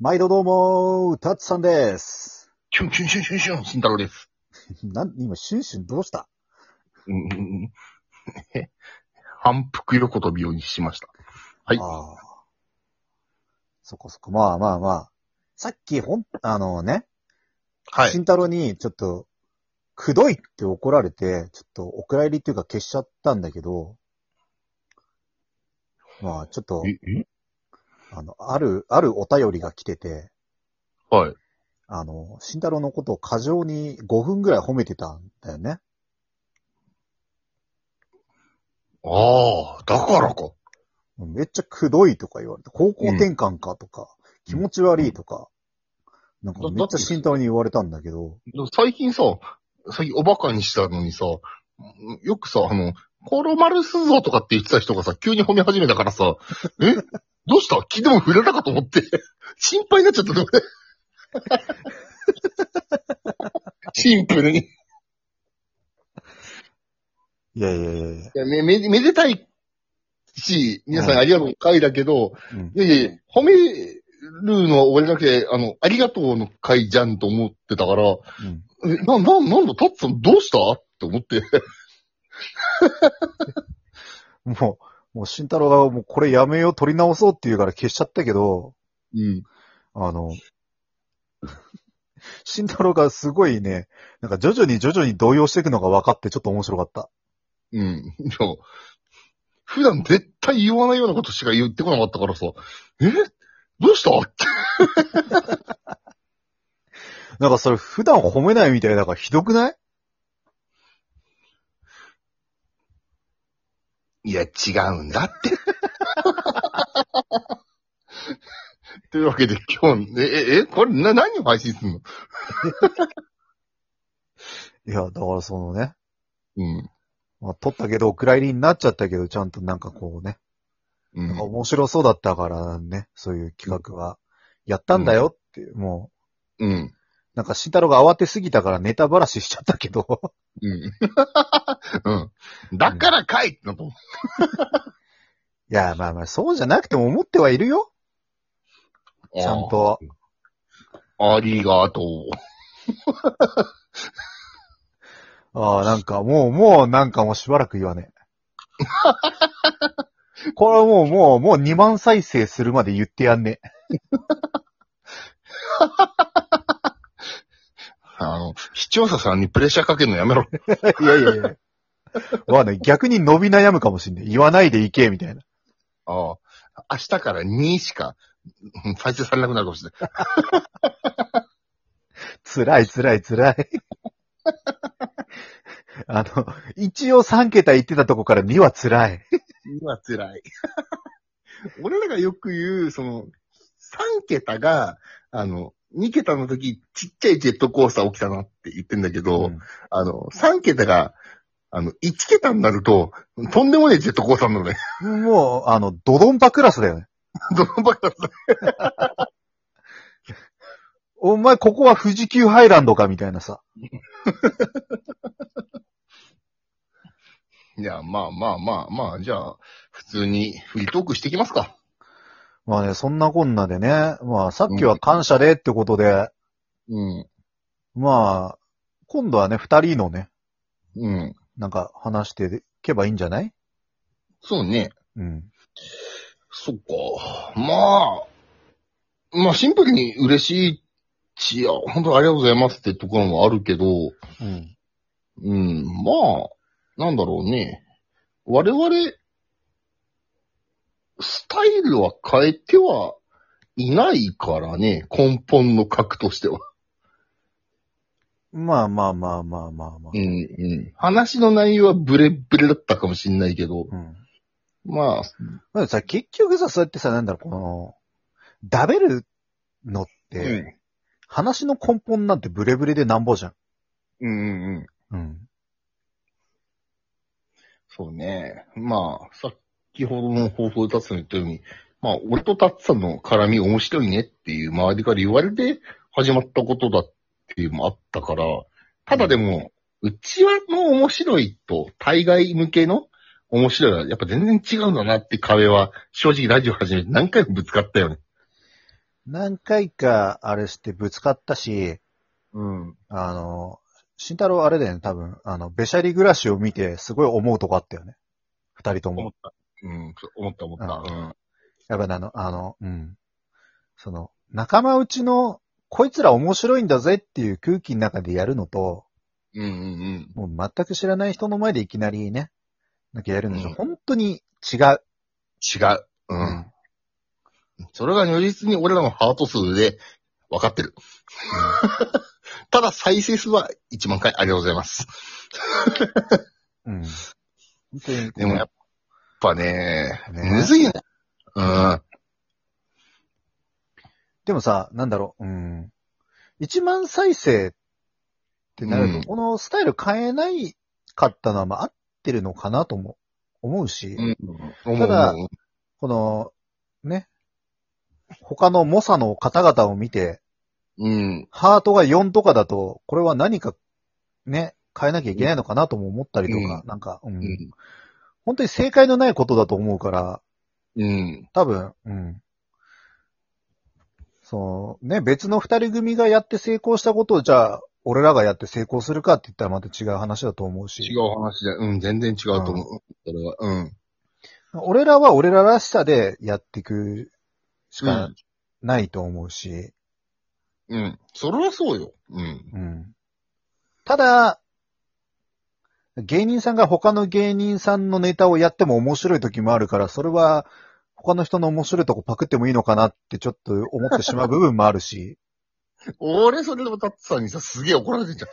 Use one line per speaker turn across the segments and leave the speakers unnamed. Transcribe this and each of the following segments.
毎度どうもー、たつさんです。
キュンキュンシュンシュンシュン、慎太郎です。
なん、今、シュンシュンどうした
うんうんうん。え反復横跳びをしました。はい
ああ。そこそこ、まあまあまあ。さっき、ほん、あのね、
はい。
慎太郎に、ちょっと、くどいって怒られて、ちょっと、お蔵入りっていうか消しちゃったんだけど、まあ、ちょっと、
え、え
あの、ある、あるお便りが来てて、
はい。
あの、慎太郎のことを過剰に5分ぐらい褒めてたんだよね。
ああ、だからか。
めっちゃくどいとか言われて、方向転換かとか、気持ち悪いとか、なんか
だ
めっちゃ慎太郎に言われたんだけど、
でも最近さ、最近おバカにしたのにさ、よくさ、あの、コロマルスぞとかって言ってた人がさ、急に褒め始めたからさ、えどうした気でも触れたかと思って、心配になっちゃった の俺。シンプルに。
い
い
やいやいやいや。
やめ、め、めでたいし、皆さんありがとう会だけど、
うん
いやいやいや、褒めるのは俺じゃなくて、あの、ありがとうの会じゃんと思ってたから、
うん
えな、な、なんだ、タッツさんどうしたって思って。
もう、もう慎太郎がもうこれやめよう、取り直そうって言うから消しちゃったけど、
うん。
あの、 慎太郎がすごいね、なんか徐々に徐々に動揺していくのが分かってちょっと面白かった。
うん。いや、普段絶対言わないようなことしか言ってこなかったからさ、えどうしたって。
なんかそれ普段褒めないみたいだからひどくない
いや、違うんだって。 というわけで今日、え、え、えこれ、な、何を配信するの
いや、だからそのね、
うん。
まあ、取ったけど、お蔵入りになっちゃったけど、ちゃんとなんかこうね、
う
なんか
ん。
面白そうだったからね、そういう企画は。やったんだよって、もう、
うん。
なんか慎太郎が慌てすぎたからネタばらししちゃったけど、
うん。うん。だからかいってなと思う
いや、まあまあ、そうじゃなくても思ってはいるよ。ちゃんと。
ありがとう。
ああ、なんかもう、もう、なんかもうしばらく言 わねえ。これはもう、もう、もう2万再生するまで言ってやん ねえ。
あの、視聴者さんにプレッシャーかけるのや めろ。
いやいやいや。わかんない。逆に伸び悩むかもしんない。言わないでいけ、みたいな。
ああ。明日から2しか、うん再生されなくなるかもしれない。
辛い辛い辛い。 あの、一応3桁言ってたとこから2は辛い。
うわ、辛い。 俺らがよく言う、その、3桁が、あの、2桁の時、ちっちゃいジェットコースター起きたなって言ってんだけど、
うん
あの、3桁が、あの、1桁になると、とんでもねえジェットコースターなのね。
もう、あの、ドドンパクラスだよね。
どのバカだ
お前、ここは富士急ハイランドかみたいなさ。
いや、まあまあまあまあ、じゃあ、普通にフリートークしていきますか。
まあね、そんなこんなでね。まあ、さっきは感謝でってことで、
うん。
まあ、今度はね、二人のね、
うん。
なんか話していけばいいんじゃない
そうね。
うん。
そっか。まあ、まあシンプルに嬉しいし、いや、本当にありがとうございますってところもあるけど、
うん。
うん、まあ、なんだろうね。我々、スタイルは変えてはいないからね、根本の核としては。
まあまあまあまあまあまあ
うん、。うん。話の内容はブレブレだったかもしれないけど、
うん。
まあ、
まあさ、結局さ、そうやってさ、なんだろう、この、ダベるのって、
うん
話の根本なんてブレブレでなんぼじゃん。
うんうん
う
うん。
ん。
そうね。まあ、さっきほどの放送でタッツさん言ったように、まあ、俺とタッツさんの絡み面白いねっていう周りから言われて始まったことだっていうのもあったから、ただでも、うちわの面白いと対外向けの面白いはやっぱ全然違うんだなって壁は正直ラジオ始めて何回もぶつかったよね。
何回か、あれしてぶつかったし、
うん。
あの、慎太郎あれだよね、多分、あの、べしゃり暮らしを見て、すごい思うとこあったよね。二人と
思っ
も。
た。うん、そう思った思った。うん。
やっぱりあの、あの、うん。その、仲間内の、こいつら面白いんだぜっていう空気の中でやるのと、
うんうん
もう全く知らない人の前でいきなりね、なんかやるのじゃ、
うん
本当に違う。
うん。違う。うん。それが如実に俺らのハート数で分かって る。ただ再生数は1万回ありがとうございます。
うん。うん本当に。
でもやっぱね、
ね
むずいね。うん。
でもさ、なんだろう、うん。1万再生ってなると、
うん
このスタイル変えないかったのは、まあ、合ってるのかなとも思うし、
うん。
ただこの、ね、他の猛者の方々を見て、
うん。
ハートが4とかだと、これは何か、ね、変えなきゃいけないのかなとも思ったりとか、
う
なんか、うん、
うん。
本当に正解のないことだと思うから、
うん。
多分、うん。そう、ね、別の二人組がやって成功したことを、じゃあ、俺らがやって成功するかって言ったらまた違う話だと思うし。
違う話じゃ、うん、全然違うと思う。それは、うん。
俺らは俺ららしさでやっていくしかないと思うし。
うん。それはそうよ。うん。
うん。ただ、芸人さんが他の芸人さんのネタをやっても面白い時もあるから、それは他の人の面白いとこパクってもいいのかなってちょっと思ってしまう部分もあるし。
俺、それでもタッツさんにさ、すげえ怒られて んじゃ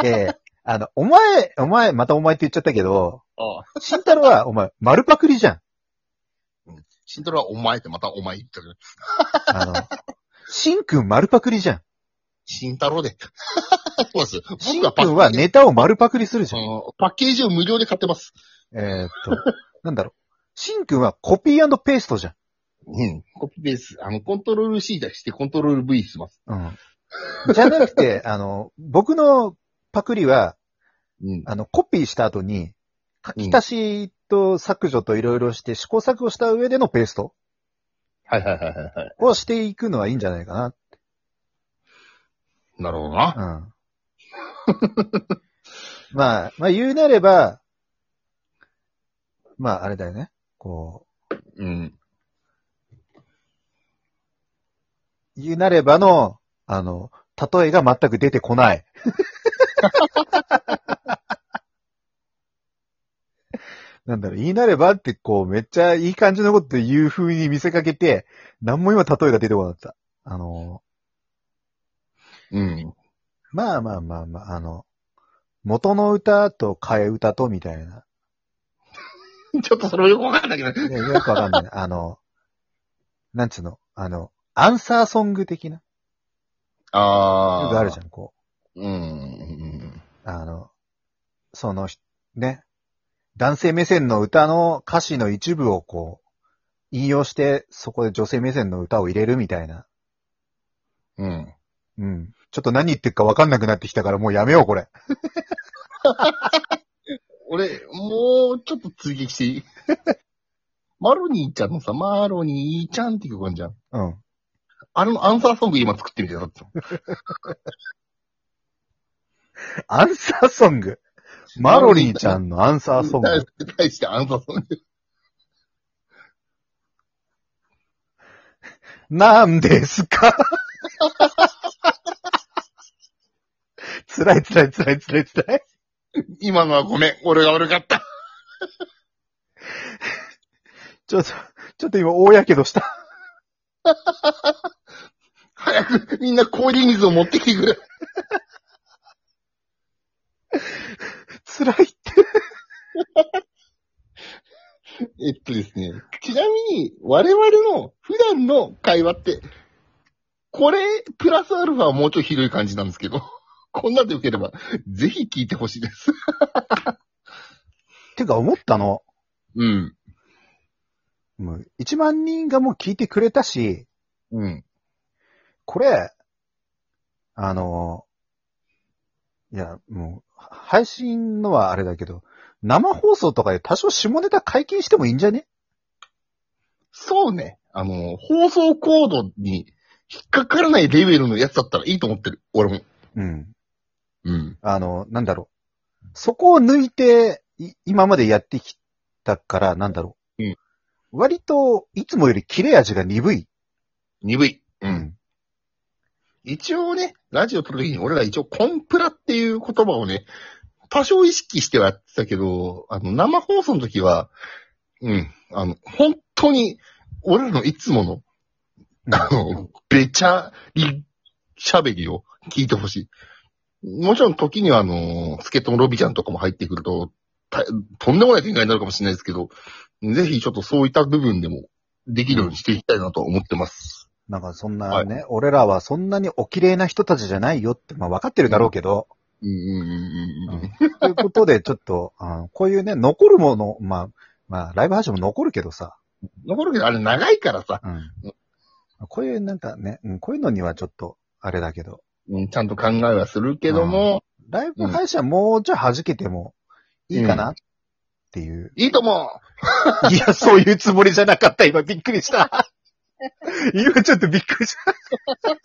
ん。
で、あの、お前、お前、またお前って言っちゃったけど、
ああ。
慎太郎は、お前、丸パクリじゃん。
シントラはお前ってまたお前言ったけど、
あの、しんくん丸パクリじゃん。
シンタロ ウで。そうです。
しん
僕はパ
く
ッケ
ん
ー
は
ジ、
ネタを丸パクリするじゃん。
うんパッケージを無料で買ってます。
えーっと、なんだろう。しんくんはコピーペーストじゃん。
うん。コピペース。あの、コントロール C 出してコントロール V します。
うん。じゃなくて、あの、僕のパクリは、
うん。
あの、コピーした後に、書き足しと削除といろいろして試行錯誤した上でのペースト
はいはいはいはいはい。
をしていくのはいいんじゃないかな。
なるほどな。
うん。まあ、まあ言うなれば、まああれだよね。こ
うん。
う、言うなればの、あの、例えが全く出てこない。 なんだろう、言いなればってこう、めっちゃいい感じのこと言う風に見せかけて、何も今例えが出てこなかった。あの、
うん。
まあまあまあまあ、あの、元の歌と替え歌とみたいな。
ちょっとそれもよくわかんないけど。
ね、よくわかんない。あの、なんつうの、あの、アンサーソング的な。
あ
よ
ー
くあるじゃん、こ
うん。
う。あの、そのひ、ね、男性目線の歌の歌詞の一部をこう、引用して、そこで女性目線の歌を入れるみたいな。
うん。
うん。ちょっと何言ってるかわかんなくなってきたからもうやめよう、これ。
俺、もうちょっと追撃してい いマロニーちゃんのさ、マロニーちゃんって曲あるじゃん。
うん。
あれのアンサーソング今作ってみてよ、だって。
アンサーソング。マロリーちゃんのアンサーソン グ。
対対してアンサーソング。
なんですか 辛い辛い辛い辛い辛い。
今のはごめん。俺が悪かった。
ちょっと、ちょっと今大やけどした。
早く、みんな氷水を持ってきてくれ。
辛いって。
えっとですね。ちなみに、我々の普段の会話って、これ、プラスアルファはもうちょいひどい感じなんですけど、 こんなんでよければ、ぜひ聞いてほしいです。
てか思ったの。
うん。
もう1万人がもう聞いてくれたし、
うん。
これ、あの、いや、もう、配信のはあれだけど、生放送とかで多少下ネタ解禁してもいいんじゃね
そうね。あの、放送コードに引っかからないレベルのやつだったらいいと思ってる。俺も。
うん。
うん。
あの、なんだろう。そこを抜いて、い今までやってきたから、なんだろう。
うん
割と、いつもより切れ味が鈍い。
鈍い。う。。
うん
一応ね、ラジオ撮るときに俺ら一応コンプラっていう言葉をね、多少意識してはやってたけど、あの、生放送の時は、うん、あの、本当に、俺らのいつもの、あの、べちゃり喋りを聞いてほしい。もちろん時にはあの、スケットのロビちゃんとかも入ってくると、たとんでもない展開になるかもしれないですけど、ぜひちょっとそういった部分でもできるようにしていきたいなとは思ってます。
なんかそんなね、俺らはそんなにお綺麗な人たちじゃないよって、まあ分かってるだろうけど、
うんうんうんうんうん。
ということでちょっと、あこういうね、残るもの、まあ、まあ、ライブ配信も残るけどさ、
残るけど、あれ長いからさ、
うん。こういうなんかね、うんこういうのにはちょっと、あれだけど、
うんちゃんと考えはするけども、
ライブ配信はもうちょい弾けてもいいかなっていう。
いいと思
いや、そういうつもりじゃなかった。今、びっくりした。今、ちょっとびっくりした。
う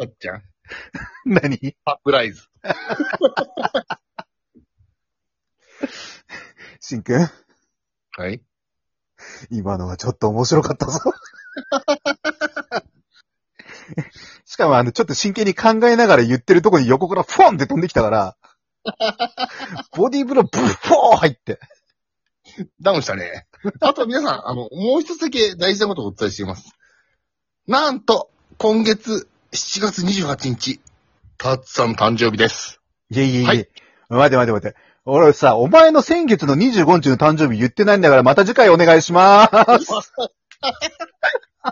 あっちゃん。
何
サプライズ。
しんくん、
はい。
今のはちょっと面白かったぞ。しかも、あの、ちょっと真剣に考えながら言ってるとこに横からフォンって飛んできたから、ボディーブローブッフォー入って。
ダウンしたね。 あと皆さん、あの、もう一つだけ大事なことをお伝えしています。なんと、今月7月28日、タッツさんの誕生日です。
いえいえいえ。
はい
待て待て待て。俺さ、お前の先月の25日の誕生日言ってないんだから、また次回お願いしまーす。